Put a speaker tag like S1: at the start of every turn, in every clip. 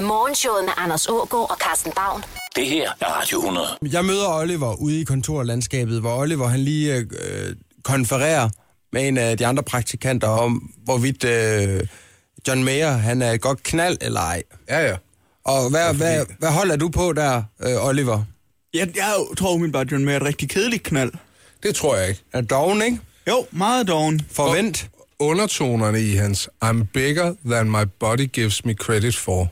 S1: Morgenshowet med Anders Ågaard og Carsten Baum.
S2: Det her er Radio 100.
S3: Jeg møder Oliver ude i kontorlandskabet, hvor Oliver han lige øh, konfererer med en af de andre praktikanter om, hvorvidt øh, John Mayer han er et godt knald eller ej.
S4: Ja, ja.
S3: Og hvad, ja, hvad, hvad holder du på der, øh, Oliver?
S5: Jeg, jeg tror umiddelbart, John Mayer er et rigtig kedeligt knald.
S4: Det tror jeg ikke.
S3: Er du doven, ikke?
S5: Jo, meget doven.
S3: Forvent.
S4: Undertonerne i hans I'm bigger than my body gives me credit for.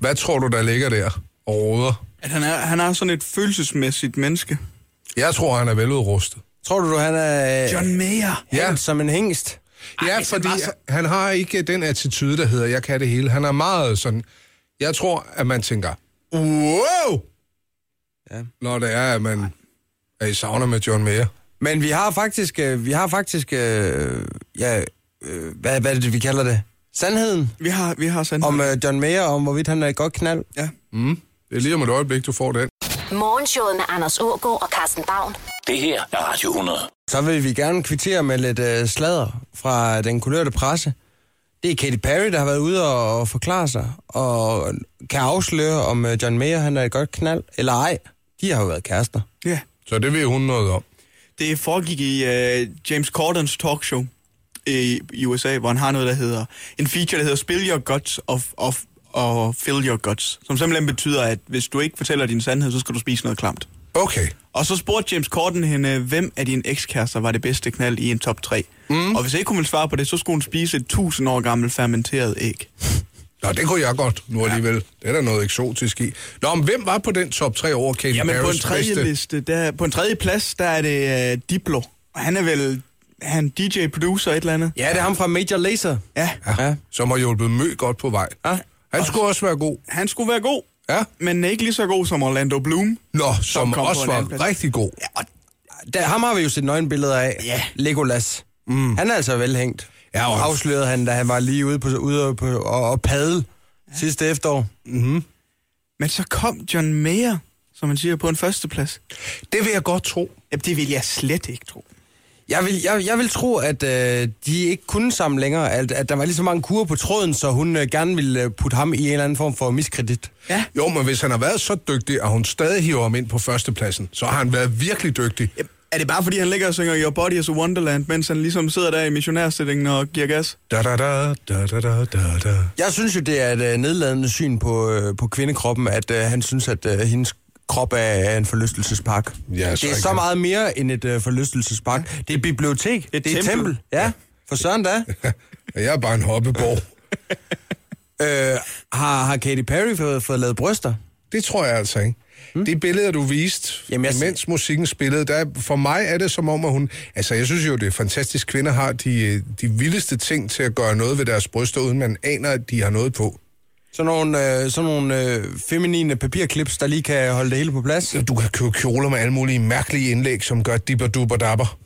S4: Hvad tror du, der ligger der og råder?
S5: At han er, han er sådan et følelsesmæssigt menneske.
S4: Jeg tror, han er veludrustet.
S3: Tror du, du han er John...
S5: John Mayer.
S4: Ja.
S3: som en hængst?
S4: Ja, fordi
S5: var så-
S4: han har ikke den attitude, der hedder, jeg kan det hele. Han er meget sådan... Jeg tror, at man tænker, wow!
S3: Ja.
S4: Når det er, at man er i sauna med John Mayer.
S3: Men vi har faktisk, øh, vi har faktisk, øh, ja, øh, hvad, hvad er det, vi kalder det? Sandheden
S5: Vi har, vi har sandt.
S3: om øh, John Mayer, om hvorvidt han er et godt knald.
S5: Ja.
S4: Det er lige om et øjeblik, du får den.
S1: Morgenshowet med Anders Ågaard og Carsten Baum.
S2: Det her er Radio 100.
S3: Så vil vi gerne kvittere med lidt øh, sladder fra den kulørte presse. Det er Katy Perry, der har været ude og, og forklare sig, og kan afsløre, om øh, John Mayer han er et godt knald, eller ej. De har jo været kærester.
S5: ja.
S4: Så det ved hun noget om.
S5: Det foregik i uh, James Cordens talkshow i, i USA, hvor han har noget, der hedder... En feature, der hedder Spill Your Guts of, of, og Fill Your Guts. Som simpelthen betyder, at hvis du ikke fortæller din sandhed, så skal du spise noget klamt.
S4: Okay.
S5: Og så spurgte James Corden hende, øh, hvem af dine ekskærester var det bedste knald i en top 3. Mm. Og hvis ikke hun ville svare på det, så skulle hun spise et 1000 år gammelt fermenteret æg.
S4: Nå, det kunne jeg godt nu alligevel. Det er der noget eksotisk i. Nå, men hvem var på den top 3 over Katy
S5: Jamen på en
S4: Perrys
S5: tredje
S4: bedste?
S5: liste, der, på en tredje plads, der er det uh, Diplo. Og han er vel han DJ-producer et eller andet?
S3: Ja, det er ham fra Major Lazer.
S5: Ja.
S3: Ja.
S4: Som har hjulpet Mø godt på vej.
S3: Ja.
S4: Han skulle også være god.
S5: Han skulle være god,
S4: Ja.
S5: men ikke lige så god som Orlando Bloom.
S4: Nå, som,
S5: Som kom på
S4: også
S5: en anden plads.
S4: var rigtig god.
S5: Ja, og
S3: Der, ham har vi jo set nøgenbilleder af.
S5: Ja.
S3: Legolas. Mm. Han er altså velhængt.
S4: Ja, og-
S3: afslørede han, da han var lige ude, på, ude på, og, og padle ja. sidste efterår.
S5: Men så kom John Mayer, som man siger, på en førsteplads.
S4: Det vil jeg godt tro.
S5: Jamen, det vil jeg slet ikke tro.
S3: Jeg vil, jeg, jeg vil tro, at øh, de ikke kunne sammen længere, at, at der var lige så mange kurer på tråden, så hun øh, gerne ville øh, putte ham i en eller anden form for miskredit.
S5: Ja.
S4: Jo, men hvis han har været så dygtig, og hun stadig hiver ham ind på førstepladsen, så har han været virkelig dygtig.
S5: Jamen, Er det bare, fordi han ligger og synger Your Body is a Wonderland, mens han ligesom sidder der i missionærstillingen og giver gas?
S4: Da, da, da, da, da, da, da, da.
S3: Jeg synes jo, det er et øh, nedladende syn på, øh, på kvindekroppen, at øh, han synes, at øh, hendes krop er, er en forlystelsespark.
S4: Ja, så
S3: det er
S4: ikke.
S3: så meget mere end et øh, forlystelsespark. Det er et bibliotek.
S5: et
S3: det er et
S5: tempel.
S3: tempel. Ja, for søren da.
S4: Jeg er bare en hoppeborg.
S3: øh, har, har Katy Perry fået, fået lavet bryster?
S4: Det tror jeg altså ikke. Det billede, du viste,
S3: Hmm? Jamen,
S4: Jamen,
S3: jeg-
S4: jeg... mens musikken spillede, der, for mig er det som om, at hun... Altså, jeg synes jo, det er fantastisk. Kvinder har de, øh, de vildeste ting til at gøre noget ved deres bryster, uden man aner, at de har noget på.
S3: Sådan nogle, øh, sådan nogle øh, feminine papirklips, der lige kan holde det hele på plads?
S4: Du kan købe kjoler med alle mulige mærkelige indlæg, som gør dipper dupper dapper.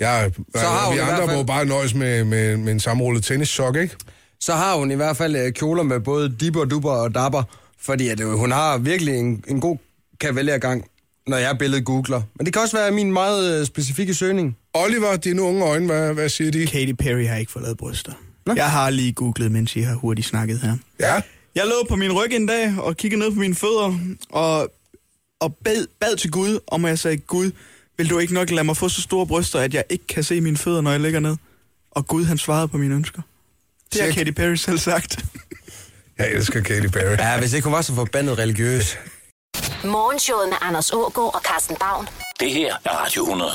S4: Ja, så
S3: har
S4: har
S3: hun
S4: vi
S3: i hvert
S4: andre
S3: fald-
S4: må bare nøjes med, med, med en sammenrullet tennissok, ikke?
S3: så har hun i hvert fald øh, kjoler med både dipper, dupper og dapper, fordi at, øh, hun har virkelig en, en god kavalergang, når jeg billedet googler. Men det kan også være min meget øh, specifikke søgning.
S4: Oliver, dine unge øjne, hvad, hvad siger de?
S5: Katy Perry har ikke fået lavet bryster. Nå. Jeg har lige googlet, mens I har hurtigt snakket her.
S4: Ja,
S5: Jeg lå på min ryg en dag og kiggede ned på mine fødder og, og bad, bad til Gud, om at jeg sagde, Gud, vil du ikke nok lade mig få så store bryster, at jeg ikke kan se mine fødder, når jeg ligger ned? Og Gud, han svarede på mine ønsker. Det har
S4: Check.
S5: Katy Perry selv sagt.
S4: jeg elsker Katy Perry.
S3: Ja, hvis ikke hun var så forbandet religiøs.
S1: Morgenshowet med Anders Ågaard og Carsten Baum.
S2: Det her er Radio 100.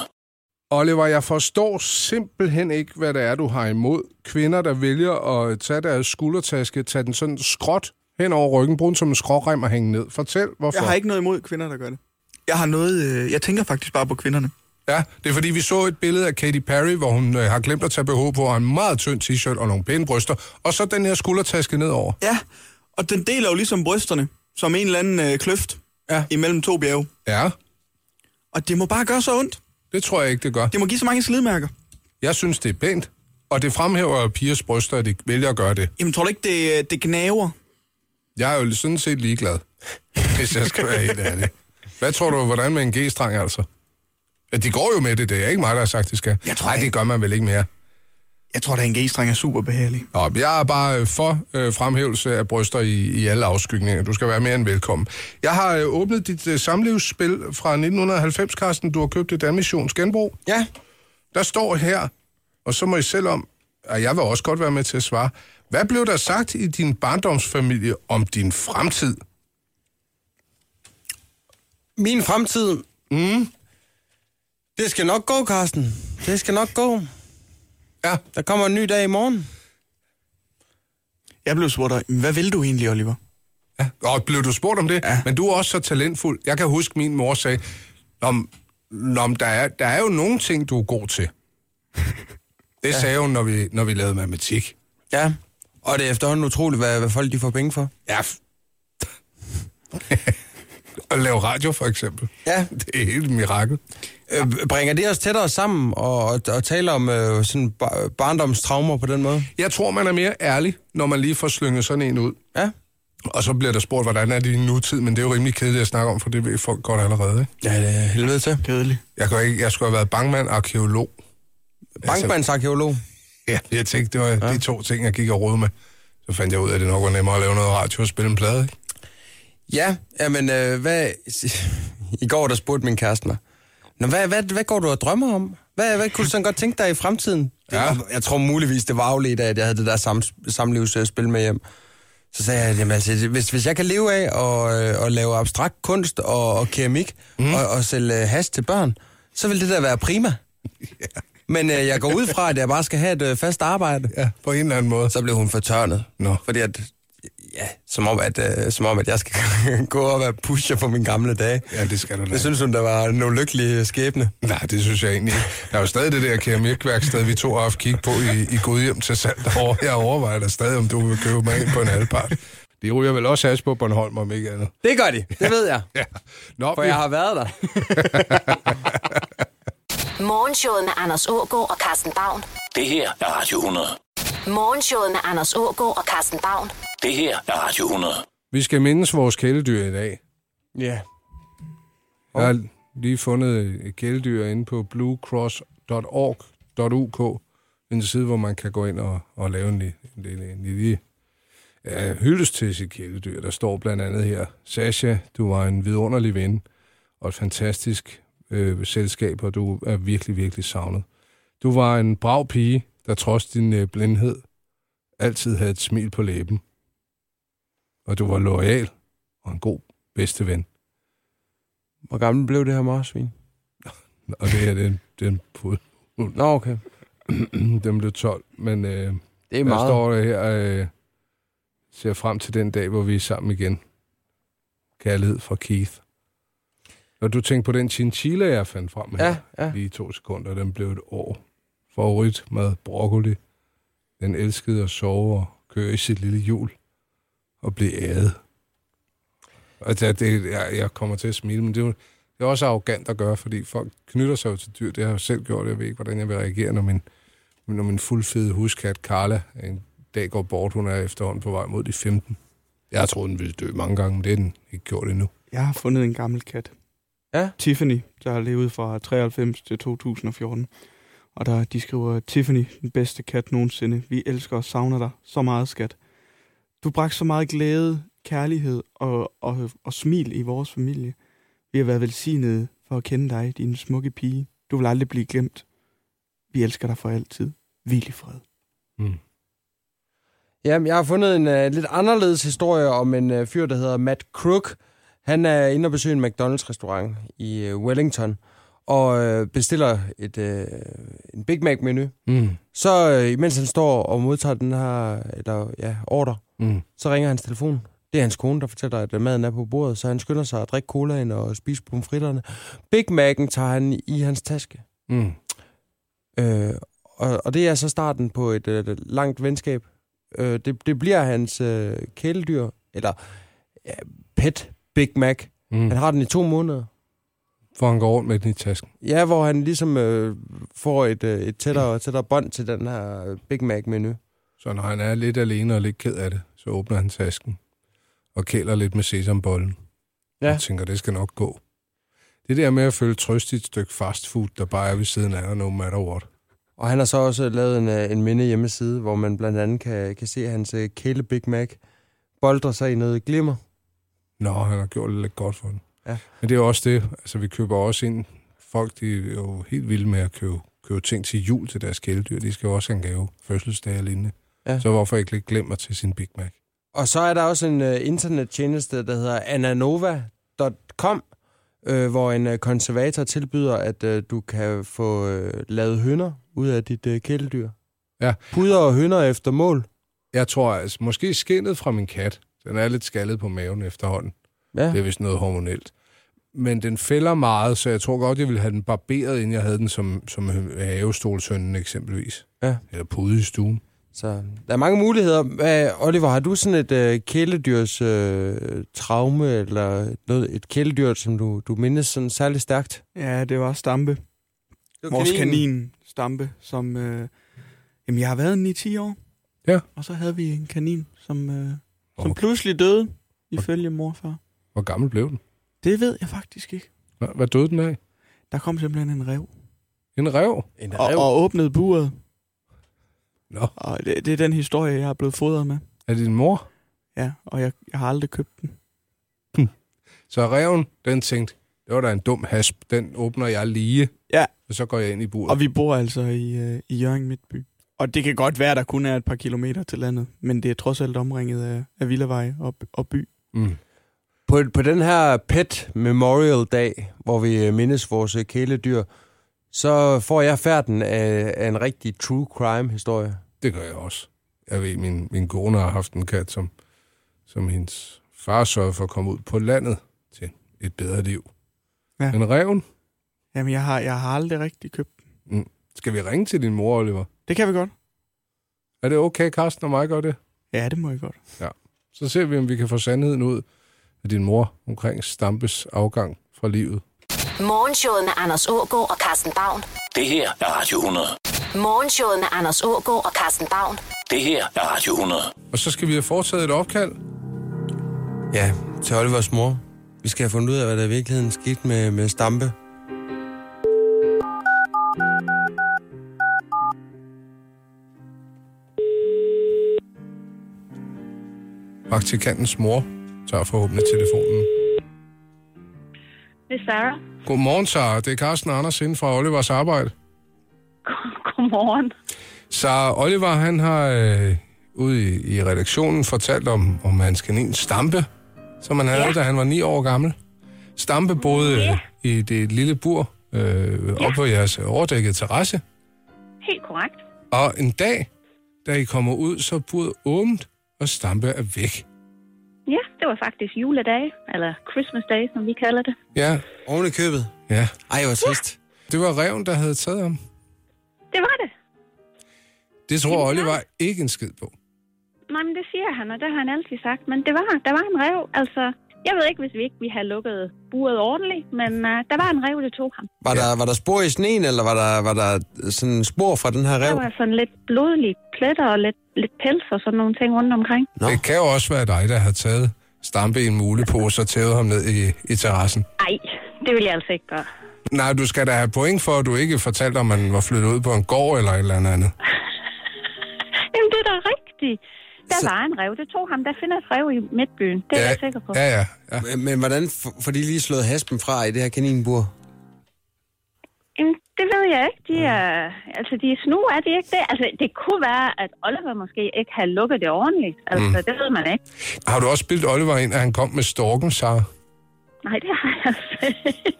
S4: Oliver, jeg forstår simpelthen ikke, hvad det er, du har imod kvinder, der vælger at tage deres skuldertaske, tage den sådan skråt hen over ryggen, bruge den som en skrårem og hænge ned. Fortæl, hvorfor.
S5: Jeg har ikke noget imod kvinder, der gør det. Jeg har noget... Øh, jeg tænker faktisk bare på kvinderne.
S4: Ja, det er fordi, vi så et billede af Katy Perry, hvor hun øh, har glemt at tage BH på, og en meget tynd t-shirt og nogle pæne bryster, og så den her skuldertaske nedover.
S5: Ja, og den deler jo ligesom brysterne, som en eller anden øh, kløft
S4: Ja.
S5: imellem to bjerge.
S4: Ja,
S5: Og det må bare gøre så ondt.
S4: det tror jeg ikke, det gør.
S5: Det må give så mange slidmærker.
S4: Jeg synes, det er pænt, og det fremhæver pigers bryster, at de vælger at gøre det.
S5: Jamen, tror du ikke, det, øh, det gnaver?
S4: Jeg er jo sådan set ligeglad, hvis jeg skal være helt ærlig. Hvad tror du, hvordan med en G-streng altså? Ja, de går jo med det, det er ikke mig, der har sagt, det skal.
S5: Jeg tror
S4: Nej,
S5: ikke.
S4: det gør man vel ikke mere.
S5: Jeg tror, at en g-streng er super behagelig.
S4: Nå, men jeg er bare øh, for øh, fremhævelse af bryster i, i alle afskygninger. Du skal være mere end velkommen. Jeg har øh, åbnet dit øh, samlivsspil fra 1990, Carsten. Du har købt et Admissions Genbrug.
S3: Ja,
S4: Der står her, og så må I selv om, og jeg vil også godt være med til at svare. Hvad blev der sagt i din barndomsfamilie om din fremtid?
S3: min fremtid... Mm. Det skal nok gå, Carsten. Det skal nok gå.
S4: Ja,
S3: Der kommer en ny dag i morgen.
S5: Jeg blev spurgt, "Men hvad vil du egentlig, Oliver?
S4: Ja. Og blev du spurgt om det? Ja. Men du er også så talentfuld. Jeg kan huske, min mor sagde, om, om der, er, der er jo nogle ting, du er god til. Det ja. sagde hun, når vi, når vi lavede matematik.
S3: Ja. Og det er efterhånden utroligt, hvad, hvad folk de får penge for.
S4: Ja. f- At lave radio, for eksempel.
S3: Ja.
S4: Det er helt et mirakel.
S3: Øh, bringer det os tættere sammen og, og, og taler om øh, sådan bar- barndomstraumer på den måde?
S4: Jeg tror, man er mere ærlig, når man lige får slynget sådan en ud.
S3: Ja.
S4: Og så bliver der spurgt, hvordan er det i nutid, men det er jo rimelig kedeligt at snakke om, for det ved folk godt allerede. Ikke?
S3: Ja, det er helvede til.
S5: Kedelig.
S4: Jeg, kan jo ikke, jeg skulle have været bankmand, arkeolog.
S3: Bankmandsarkeolog.
S4: Ja, jeg tænkte, det var ja. de to ting, jeg gik og rode med. Så fandt jeg ud af, at det nok var nemmere at lave noget radio og spille en plade. Ikke?
S3: Ja, jamen, øh, hvad... I går, der spurgte min kæreste mig, Nå, hvad, hvad, hvad går du og drømmer om? Hvad, hvad kunne du sådan godt tænke dig i fremtiden? Det
S4: Ja.
S3: var, jeg tror muligvis, det var afledt af, at jeg havde det der sam, samlivsspil med hjem. Så sagde jeg, jamen altså, hvis, hvis jeg kan leve af at, øh, at lave abstrakt kunst og, og keramik mm. og, og sælge øh, hash til børn, så vil det da være prima. Men øh, jeg går ud fra, at jeg bare skal have et øh, fast arbejde.
S4: Ja, på en eller anden måde. Så...
S3: Så blev hun fortørnet.
S4: Nå.
S3: Fordi at, ja, som om at, øh, som om, at jeg skal gå og være pusher for mine gamle dage.
S4: Ja, det skal du da.
S3: Det synes hun, der var en ulykkelig skæbne.
S4: Nej, det synes jeg egentlig ikke. Der er jo stadig det der keramikværksted, vi to har haft kig på i, i Gudhjem til salg derovre. Jeg overvejer da stadig, om du vil købe mig ind på en halvpart. De ryger vel også hash på Bornholm, om ikke andet.
S3: Det gør de, det ved jeg.
S4: Ja. Nå,
S3: For
S4: vi-
S3: jeg har været der.
S1: Morgenshowet med Anders Ågaard og Carsten Baum.
S2: Det her er Radio 100.
S1: Morgenshowet med Anders Ågaard og Carsten Baum.
S2: Det her er Radio 100.
S4: vi skal mindes vores kæledyr i dag.
S3: Ja.
S4: Jeg har lige fundet et kæledyr inde på bluecross.org.uk, en side, hvor man kan gå ind og, og lave en, li- en, lille- en lille ja, hyldest til sit kæledyr. Der står blandt andet her, Sasha, du var en vidunderlig ven og et fantastisk øh, selskab, og du er virkelig, virkelig savnet. Du var en brav pige, der trods din øh, blindhed altid havde et smil på læben. Og du var lojal og en god bedste ven.
S3: Hvor gammel blev det her marsvin?
S4: Og det her, det er en, det er en pud.
S3: Nå, okay.
S4: Den blev 12, men øh,
S3: Det er
S4: jeg
S3: meget.
S4: står her og øh, ser frem til den dag, hvor vi er sammen igen. Kærlighed fra Keith. Når du tænker på den chinchilla, jeg fandt frem her,
S3: Ja, ja.
S4: lige i to sekunder, den blev et år. Favorit med broccoli. Den elskede at sove og køre i sit lille hjul og blive æret. Og det, det, jeg, jeg kommer til at smile, men det er jo det er også arrogant at gøre, fordi folk knytter sig jo til dyr. Det har jeg jo selv gjort, jeg ved ikke, hvordan jeg vil reagere, når min, når min fuldfede huskat Carla en dag går bort. Hun er efterhånden på vej mod de 15. Jeg tror, den ville dø mange gange, men det er den ikke gjort endnu.
S5: Jeg har fundet en gammel kat.
S3: Ja.
S5: Tiffany, der har levet fra 93 til 2014. Og der, de skriver, Tiffany, den bedste kat nogensinde. Vi elsker og savner dig så meget, skat. Du bragte så meget glæde, kærlighed og, og, og smil i vores familie. Vi har været velsignede for at kende dig, din smukke pige. Du vil aldrig blive glemt. Vi elsker dig for altid. Hvil i fred.
S4: Mm.
S3: Jamen, jeg har fundet en uh, lidt anderledes historie om en uh, fyr, der hedder Matt Crook. Han er inde og besøger en McDonald's-restaurant i uh, Wellington og uh, bestiller et, uh, en Big Mac-menu.
S4: Mm.
S3: Så øh, imens han står og modtager den her eller, ja, ordre,
S4: Mm.
S3: så ringer hans telefon. Det er hans kone, der fortæller, at øh, maden er på bordet, så han skynder sig at drikke colaen og spise pomfritterne. Big Mac'en tager han i hans taske.
S4: Mm.
S3: Øh, og, og det er så starten på et øh, langt venskab. Øh, det, det bliver hans øh, kæledyr, eller ja, pet Big Mac.
S4: Mm.
S3: Han har den i to måneder.
S4: For han går rundt med den i tasken.
S3: Ja, hvor han ligesom øh, får et, øh, et tættere og tættere bånd til den her øh, Big Mac-menu.
S4: Så når han er lidt alene og lidt ked af det, så åbner han tasken og kæler lidt med sesambollen.
S3: Ja.
S4: Ja. Jeg tænker, det skal nok gå. Det der med at føle trøst i et stykke fast food, der bare er ved siden af dig, no matter what.
S3: Og han har så også lavet en, øh, en minde hjemmeside, hvor man blandt andet kan, kan se hans øh, kæle Big Mac boldre sig i noget glimmer.
S4: Nå, han har gjort det lidt godt for den.
S3: Ja.
S4: Men det er jo også det. Altså, vi køber også ind. Folk, de er jo helt vilde med at købe, købe ting til jul til deres kæledyr. De skal jo også have en gave. Fødselsdag og lignende.
S3: Ja.
S4: Ja. Så hvorfor ikke lidt glemmer til sin Big Mac?
S3: Og så er der også en øh, internettjeneste, der hedder ananova.com, øh, hvor en øh, konservator tilbyder, at øh, du kan få øh, lavet hønder ud af dit øh, kæledyr.
S4: Ja.
S3: Puder og hønder efter mål.
S4: Jeg tror, altså, måske skinnet fra min kat. Den er lidt skaldet på maven efterhånden.
S3: Ja.
S4: Det er vist noget hormonelt. Men den fælder meget, så jeg tror godt, jeg ville have den barberet, inden jeg havde den som, som havestolsønnen eksempelvis.
S3: Ja.
S4: Eller pude i stuen.
S3: Så der er mange muligheder. Hvad, Oliver, har du sådan et øh, kæledyrs øh, traume, eller noget, et kæledyr, som du, du mindes sådan særlig stærkt?
S5: Ja, det var Stampe.
S3: Det
S5: Vores kanin Stampe, som... Øh, jamen, jeg har været den i 10 år.
S4: Ja.
S5: Og så havde vi en kanin, som, øh, som
S4: Hvor-
S5: pludselig døde, ifølge morfar.
S4: Hvor gammel blev den?
S5: Det ved jeg faktisk ikke.
S4: Hva- Hvad døde den af?
S5: Der kom simpelthen en rev.
S4: En rev?
S3: En
S5: Og,
S3: rev.
S5: og åbnede buret.
S4: Nå.
S5: Og det, det er den historie, jeg er blevet fodret med.
S4: Er det din mor?
S5: Ja, og jeg, jeg har aldrig købt den.
S4: Så reven, den tænkte, det var da en dum hasp, den åbner jeg lige.
S5: Ja.
S4: Og så går jeg ind i buret.
S5: Og vi bor altså i, øh, i Jørgen Midtby. Og det kan godt være, der kun er et par kilometer til landet, men det er trods alt omringet af, af Villavej og, og by.
S4: Mm.
S3: På, på den her Pet Memorial Dag, hvor vi øh, mindes vores øh, kæledyr, så får jeg færden af, af en rigtig true crime historie.
S4: Det gør jeg også. Jeg ved, min, min kone har haft en kat, som, som hendes far sørgede for at komme ud på landet til et bedre liv.
S5: Ja.
S4: Ja. Men reven, Mm.
S5: Jamen, jeg har, jeg har aldrig rigtig købt den.
S4: skal vi ringe til din mor, Oliver?
S5: Det kan vi godt.
S4: Er det okay, Karsten og mig gør det?
S5: Ja, det må jeg godt.
S4: Så ser vi, om vi kan få sandheden ud af din mor omkring Stampes afgang fra livet.
S1: Morgenshowet med Anders Ågaard og Carsten Baum.
S2: Det her er Radio 100.
S1: Morgenshowet med Anders Ågaard og Carsten Baum.
S2: Det her er Radio 100.
S4: Og så skal vi have foretaget et opkald.
S3: Ja, til Olivers mor. Vi skal have fundet ud af, hvad der i virkeligheden skete med, med Stampe.
S4: Praktikantens mor tager forhåbentlig telefonen.
S6: Det er Sarah.
S4: Godmorgen, Sara. Det er Carsten og Anders inden fra Olivers arbejde.
S6: Godmorgen.
S4: Så Oliver, han har øh, ude i, i redaktionen fortalt om, om hans kanin Stampe, som han havde, ja. da han var ni år gammel. Stampe boede ja. i det lille bur øh, ja. op på jeres overdækkede terrasse.
S6: Helt korrekt.
S4: Og en dag, da I kommer ud, så er buret åbent, og Stampe er væk.
S6: Ja, det var faktisk juledag, eller Christmas Day, som vi kalder det.
S4: Ja,
S3: Oven i købet.
S4: ja.
S3: Ej, hvor trist.
S4: Det var reven, der havde taget ham.
S6: Det var det.
S4: Det tror Oliver ikke en skid på.
S6: Nej, men det siger han, og det har han altid sagt. Men det var, der var en rev. Altså, jeg ved ikke, hvis vi ikke vi havde lukket buret ordentligt, men uh, der var en rev, der tog ham.
S3: Var, der, var der spor i sneen, eller var der, var der sådan spor fra den her
S6: Der
S3: rev?
S6: var sådan lidt blodlige pletter og lidt, lidt pels og sådan nogle ting rundt omkring.
S3: Nå.
S4: Det kan jo også være dig, der har taget Stampe i en mulepose og tævet ham ned i, i terrassen.
S6: Nej, det vil jeg altså ikke gøre.
S4: Nej, du skal da have point for, at du ikke fortalte, om man var flyttet ud på en gård eller et eller andet andet.
S6: Jamen, det er da rigtigt. Der var en rev, det tog ham. Der finder et rev i midtbyen. Det er jeg sikker på.
S4: ja, ja, ja.
S3: Men, men hvordan f- får de lige slået haspen fra i det her kaninbur?
S6: Jamen, det ved jeg ikke. De er, altså, de er snu, er de ikke det? Altså, det kunne være, at Oliver måske ikke har lukket det ordentligt. Altså, mm. det ved man ikke.
S4: Har du også bildt Oliver ind, at han kom med storken, Sara?
S6: Nej, det har jeg altså ikke.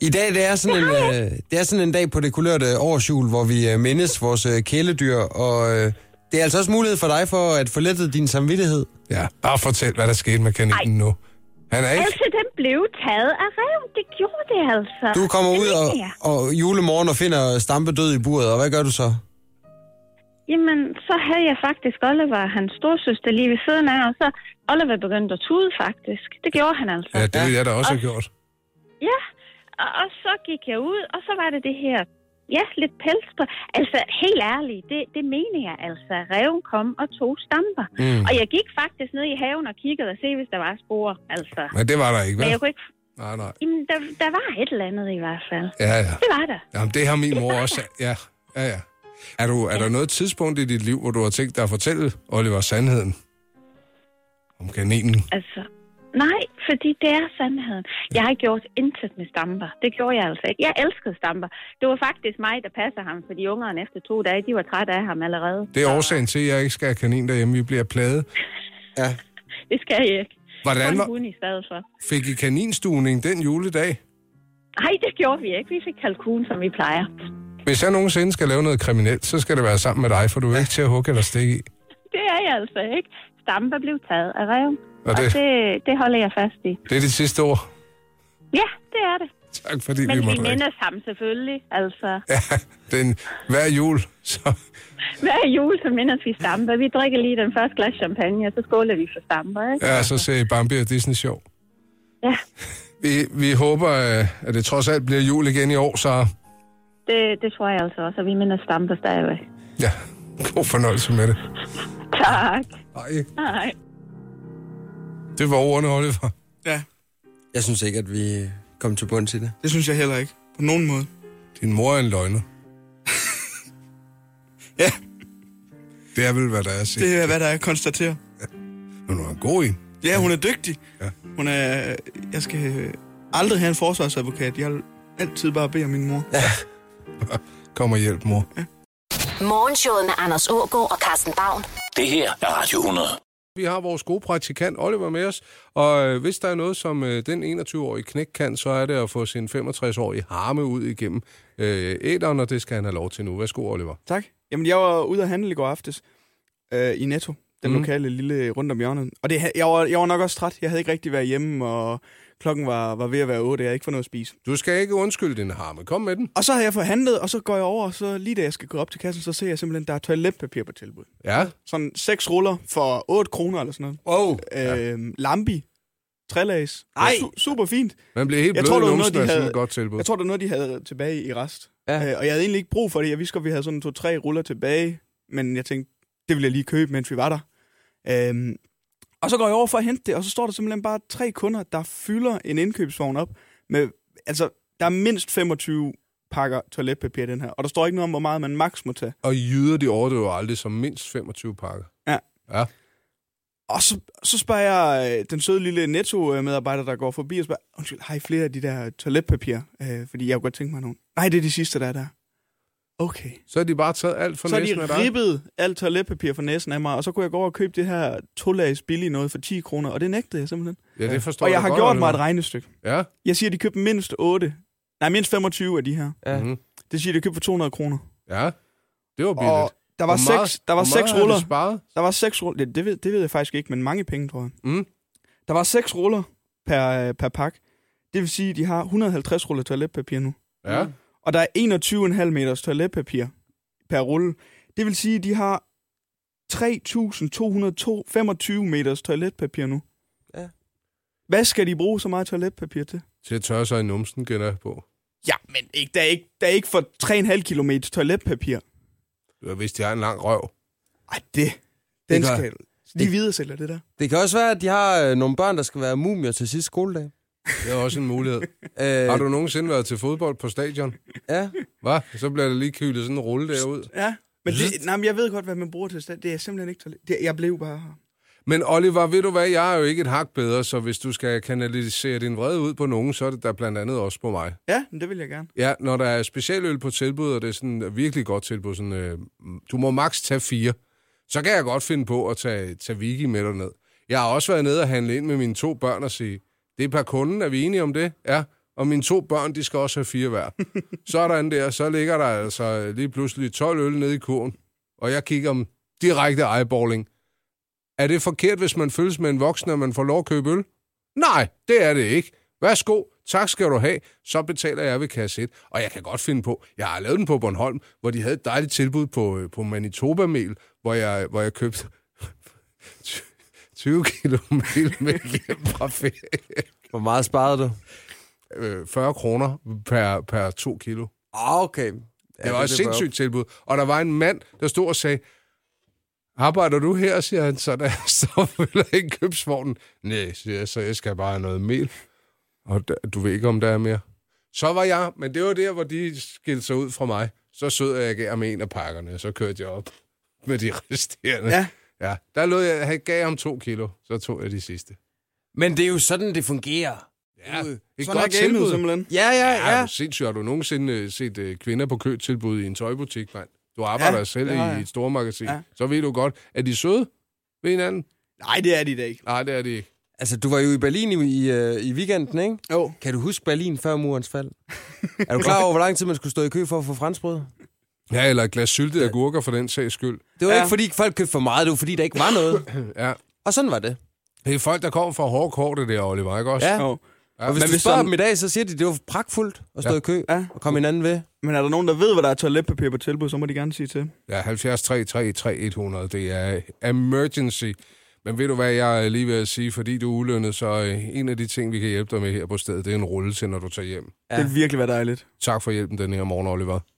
S3: I dag det er, sådan en, øh, det er sådan en dag på det kulørte årsjul, hvor vi øh, mindes vores øh, kæledyr, og øh, det er altså også mulighed for dig for at få lettet din samvittighed.
S4: Ja, bare fortæl, hvad der skete med kaninen nu. Han er ikke...
S6: Altså, den blev taget af reven. Det gjorde det altså.
S3: Du kommer
S6: Det
S3: ud og,
S6: mener jeg.
S3: og julemorgen og finder Stampe død i buret, og hvad gør du så?
S6: Jamen, så havde jeg faktisk Oliver, hans storsøster, lige ved siden af, og så Oliver begyndte at tude, faktisk. Det gjorde han altså.
S4: Ja, det ville jeg da også have gjort.
S6: Ja, og, og så gik jeg ud, og så var det det her, ja, lidt pels på. Altså, helt ærligt, det, det mener jeg altså. Reven kom og tog stamper. Mm. Og jeg gik faktisk ned i haven og kiggede og se, hvis der var spor. Altså,
S4: Men det var der ikke,
S6: men jeg
S4: vel?
S6: kunne ikke...
S4: Nej, nej.
S6: Jamen, der, der var et eller andet i hvert fald.
S4: Ja, ja.
S6: Det var der.
S4: Jamen, det har min mor også... Ja, Ja, ja. Er, du, er der noget tidspunkt i dit liv, hvor du har tænkt dig at fortælle Oliver sandheden om kaninen?
S6: Altså, nej, fordi det er sandheden. Jeg har gjort intet med stamper. Det gjorde jeg altså ikke. Jeg elskede stamper. Det var faktisk mig, der passede ham, fordi ungerne efter to dage, de var trætte af ham allerede.
S4: Det er årsagen til, at jeg ikke skal have kanin derhjemme. Vi bliver plaget.
S6: Det skal jeg ikke.
S4: Hvordan
S6: Kun
S4: var-
S6: hund i stedet for.
S4: Fik I kaninstugning den juledag?
S6: Nej, det gjorde vi ikke. Vi fik kalkun, som vi plejer.
S4: Hvis jeg nogensinde skal lave noget kriminelt, så skal det være sammen med dig, for du er ikke til at hugge eller stikke i.
S6: Det er jeg altså ikke. Stamper blev taget af reven.
S4: Og
S6: Og
S4: det-
S6: det, det holder jeg fast i.
S4: Det er dit sidste ord.
S6: Ja, det er det.
S4: Tak fordi
S6: Men
S4: vi
S6: vi
S4: måtte ringe.
S6: mindes ham selvfølgelig. Altså,
S4: Ja, den, hver jul. Så,
S6: hver jul, så mindes vi stamper. Vi drikker lige den første glas champagne, og så skåler vi for stamper, ikke?
S4: ja, så ser I Bambi og Disney sjov.
S6: Ja,
S4: Vi, vi håber, øh, at det trods alt bliver jul igen i år, så
S6: det, det tror jeg altså også, og vi mindes stamper stadigvæk.
S4: ja, god fornøjelse med det.
S6: Tak.
S4: Ej,
S6: Hej.
S4: det var ordene, Oliver.
S5: Ja,
S3: Jeg synes ikke, at vi kom til bunds i det.
S5: det synes jeg heller ikke. På nogen måde.
S4: Din mor er en løgner.
S5: Ja,
S4: Det er vel, hvad der er at sige.
S5: det er, hvad der er at konstatere.
S4: Men hun er en god en.
S5: Ja, hun er dygtig.
S4: Ja.
S5: Hun er... Jeg skal øh, aldrig have en forsvarsadvokat. Jeg vil altid bare bede om min mor. Ja.
S4: Kom og hjælp, mor.
S1: Morgenshowet med Anders Ågaard og Carsten Baum.
S2: Det her er Radio 100.
S4: Vi har vores gode praktikant Oliver med os, og øh, hvis der er noget, som øh, den 21-årige knæk kan, så er det at få sin 65-årige harme ud igennem øh, æderen, og det skal han have lov til nu. Værsgo, Oliver.
S5: Tak. Jamen, jeg var ude at handle i går aftes øh, i Netto. Den
S4: Mm.
S5: mm. lokale lille rundt om hjørnet. Og det, ha- jeg, var, jeg var nok også træt. Jeg havde ikke rigtig været hjemme, og klokken var, var ved at være 8. Jeg havde ikke fået noget at spise.
S4: Du skal ikke undskylde din harme. Kom med den.
S5: Og så havde jeg forhandlet, og så går jeg over, og så lige da jeg skal gå op til kassen, så ser jeg simpelthen, der er toiletpapir på tilbud.
S4: Ja.
S5: Sådan seks ruller for 8 kroner eller sådan noget.
S4: Wow.
S5: Ja. Øhm, lambi. Trælags. Ej. Su- super fint.
S4: Man bliver helt
S5: Jeg
S4: blød
S5: tror,
S4: i
S5: det var noget,
S4: numsen
S5: de
S4: af sådan
S5: havde-
S4: et godt tilbud.
S5: Jeg tror, det er noget, de havde tilbage i rest.
S4: Ja.
S5: Ja. Øh, og jeg havde egentlig ikke brug for det. Jeg vidste godt, vi havde sådan to-tre ruller tilbage. Men jeg tænkte, det ville jeg lige købe, mens vi var der. Øhm, og så går jeg over for at hente det, og så står der simpelthen bare tre kunder, der fylder en indkøbsvogn op med... Altså, der er mindst 25 pakker toiletpapir i den her. Og der står ikke noget om, hvor meget man maks må tage.
S4: Og jyder de overdøver aldrig som mindst 25 pakker.
S5: Ja.
S4: Ja.
S5: Og så, så spørger jeg øh, den søde lille netto-medarbejder, der går forbi og spørger, undskyld, har I flere af de der toiletpapir? Øh, fordi jeg kunne godt tænke mig nogen. Nej, det er de sidste, der er der. Okay.
S4: Så har de bare taget alt for
S5: så har
S4: næsen af
S5: de
S4: dig.
S5: ribbet alt toiletpapir fra næsen af mig, og så kunne jeg gå over og købe det her to-lags billige noget for 10 kroner, og det nægtede jeg simpelthen.
S4: Ja, det forstår
S5: Og jeg
S4: du
S5: har
S4: godt,
S5: gjort mig et
S4: Oliver.
S5: regnestykke.
S4: Ja.
S5: Jeg siger, at de købte mindst 8, nej, mindst 25 af de her.
S3: Ja.
S4: Mhm.
S5: Det siger, at de købte for 200 kroner.
S4: Ja. Det var billigt.
S5: Og der var,
S4: Hvor meget-
S5: seks, der var
S4: hvor meget
S5: seks
S4: havde
S5: ruller.
S4: du sparet?
S5: Der var seks ruller. Det, det, ved, det ved jeg faktisk ikke, men mange penge, tror jeg.
S4: Mm.
S5: Der var seks ruller per, øh, per pakke. Det vil sige, at de har 150 ruller toiletpapir nu.
S4: Ja.
S5: Og der er 21,5 meters toiletpapir per rulle. Det vil sige, at de har 3.225 meters toiletpapir nu.
S3: Ja.
S5: Hvad skal de bruge så meget toiletpapir til?
S4: Til at tørre sig i numsen, gætter jeg på.
S5: Ja, men ikke, der, er ikke, der er ikke for 3,5 km toiletpapir.
S4: Ja, Hvis de har en lang røv.
S5: Ej, det... Den
S3: gør-
S5: skal... De videre sælger det der.
S3: Det kan også være, at de har øh, nogle børn, der skal være mumier til sidste skoledag.
S4: Det er også en mulighed.
S3: Øh,
S4: Har du nogensinde været til fodbold på stadion?
S3: Ja.
S4: Hvad? Så bliver det lige kylet sådan en rulle derud.
S5: Ja, men, det, nej, men jeg ved godt, hvad man bruger til. Det er simpelthen ikke toilet. Det, jeg blev bare...
S4: Men Oliver, ved du hvad? Jeg er jo ikke et hak bedre, så hvis du skal kanalisere din vrede ud på nogen, så er det da blandt andet også på mig.
S5: Ja, men det vil jeg gerne.
S4: Ja, når der er specialøl på tilbud, og det er sådan virkelig godt tilbud, sådan, øh, du må maks tage fire, så kan jeg godt finde på at tage, tage Vigi med derned. Jeg har også været nede og handle ind med mine to børn og sige, det er per kunden, er vi enige om det? Ja, og mine to børn, de skal også have fire hver. Sådan der, så ligger der altså lige pludselig 12 øl nede i kurven, og jeg kigger om direkte eyeballing. Er det forkert, hvis man følges med en voksen, at man får lov at købe øl? Nej, det er det ikke. Værsgo, tak skal du have, så betaler jeg ved kasse 1. Og jeg kan godt finde på, jeg har lavet den på Bornholm, hvor de havde et dejligt tilbud på, øh, på Manitoba-mel, hvor jeg, hvor jeg købte 20 kilo mel med hjem fra ferie.
S3: Hvor meget sparede du?
S4: Øh, 40 kroner per, per 2 kilo.
S3: Ah, okay.
S4: Ja, det var et sindssygt tilbud. Og der var en mand, der stod og sagde, arbejder du her, siger han, så der står vel ikke købsvognen. Nej, siger jeg, så jeg skal bare have noget mel. Og der, du ved ikke, om der er mere. Så var jeg, men det var der, hvor de skilte sig ud fra mig. Så sød jeg gav ham en af pakkerne, og så kørte jeg op med de resterende.
S5: Ja.
S4: ja der lod jeg, han gav ham to kilo, så tog jeg de sidste.
S3: Men det er jo sådan, det fungerer.
S4: Ja,
S3: Uh,
S4: et
S5: Sådan er gamet simpelthen.
S3: Ja, ja,
S4: Ja,
S3: ja.
S4: ja. Du, sindssygt. Har du nogensinde øh, set øh, kvinder på køtilbud i en tøjbutik, mand? Du arbejder
S5: Ja,
S4: ja, selv
S5: det har jeg.
S4: i et stort magasin.
S5: Ja.
S4: Ja. Så ved du godt, er de søde ved hinanden?
S5: Nej, det er de da ikke.
S4: Nej, det er de ikke.
S3: Altså, du var jo i Berlin i, i, øh, i weekenden, ikke?
S5: Jo.
S3: Kan du huske Berlin før murens fald? er du klar over, hvor lang tid man skulle stå i kø for at få franskbrød?
S4: Ja, eller et glas syltede agurker for den sags skyld.
S3: Det var
S5: Ja.
S3: ja. ikke, fordi folk købte for meget, det var, fordi der ikke var noget.
S4: Ja.
S3: Og sådan var det.
S4: Det er folk, der kommer fra hårde kort, det der, Oliver, ikke også?
S3: Ja.
S5: Jo.
S4: ja.
S3: Og hvis
S4: men
S3: du
S5: hvis
S3: spørger
S5: sådan-
S3: dem i dag, så siger de, at det var pragtfuldt at stå
S4: Ja.
S3: i kø
S5: Ja.
S3: og komme hinanden ved.
S5: Men er der nogen, der ved, hvad der er toiletpapir på tilbud, så må de gerne sige til.
S4: Ja, 70 3 3 3 100, det er øh, emergency. Men ved du hvad, jeg er lige ved at sige, fordi du er ulønnet, så øh, en af de ting, vi kan hjælpe dig med her på stedet, det er en rulle til, når du tager hjem.
S5: Ja. Det vil virkelig være dejligt.
S4: Tak for hjælpen den her morgen, Oliver.